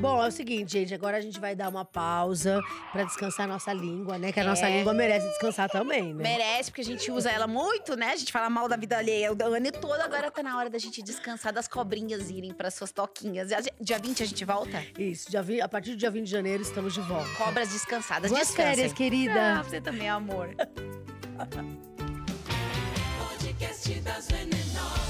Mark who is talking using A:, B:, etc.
A: Bom, é o seguinte, gente. Agora a gente vai dar uma pausa pra descansar a nossa língua, né? Que a nossa
B: É.
A: língua merece descansar também, né?
B: Merece, porque a gente usa ela muito, né? A gente fala mal da vida alheia o ano todo. Agora tá na hora da gente descansar das cobrinhas irem pras suas toquinhas. E a gen- Dia 20 a gente volta?
A: Isso, dia vi- a partir do dia 20 de janeiro estamos de volta.
B: Cobras descansadas.
A: Boas
B: Descansem.
A: férias, querida.
B: Ah, você também, amor.
C: Podcast das Venenosas.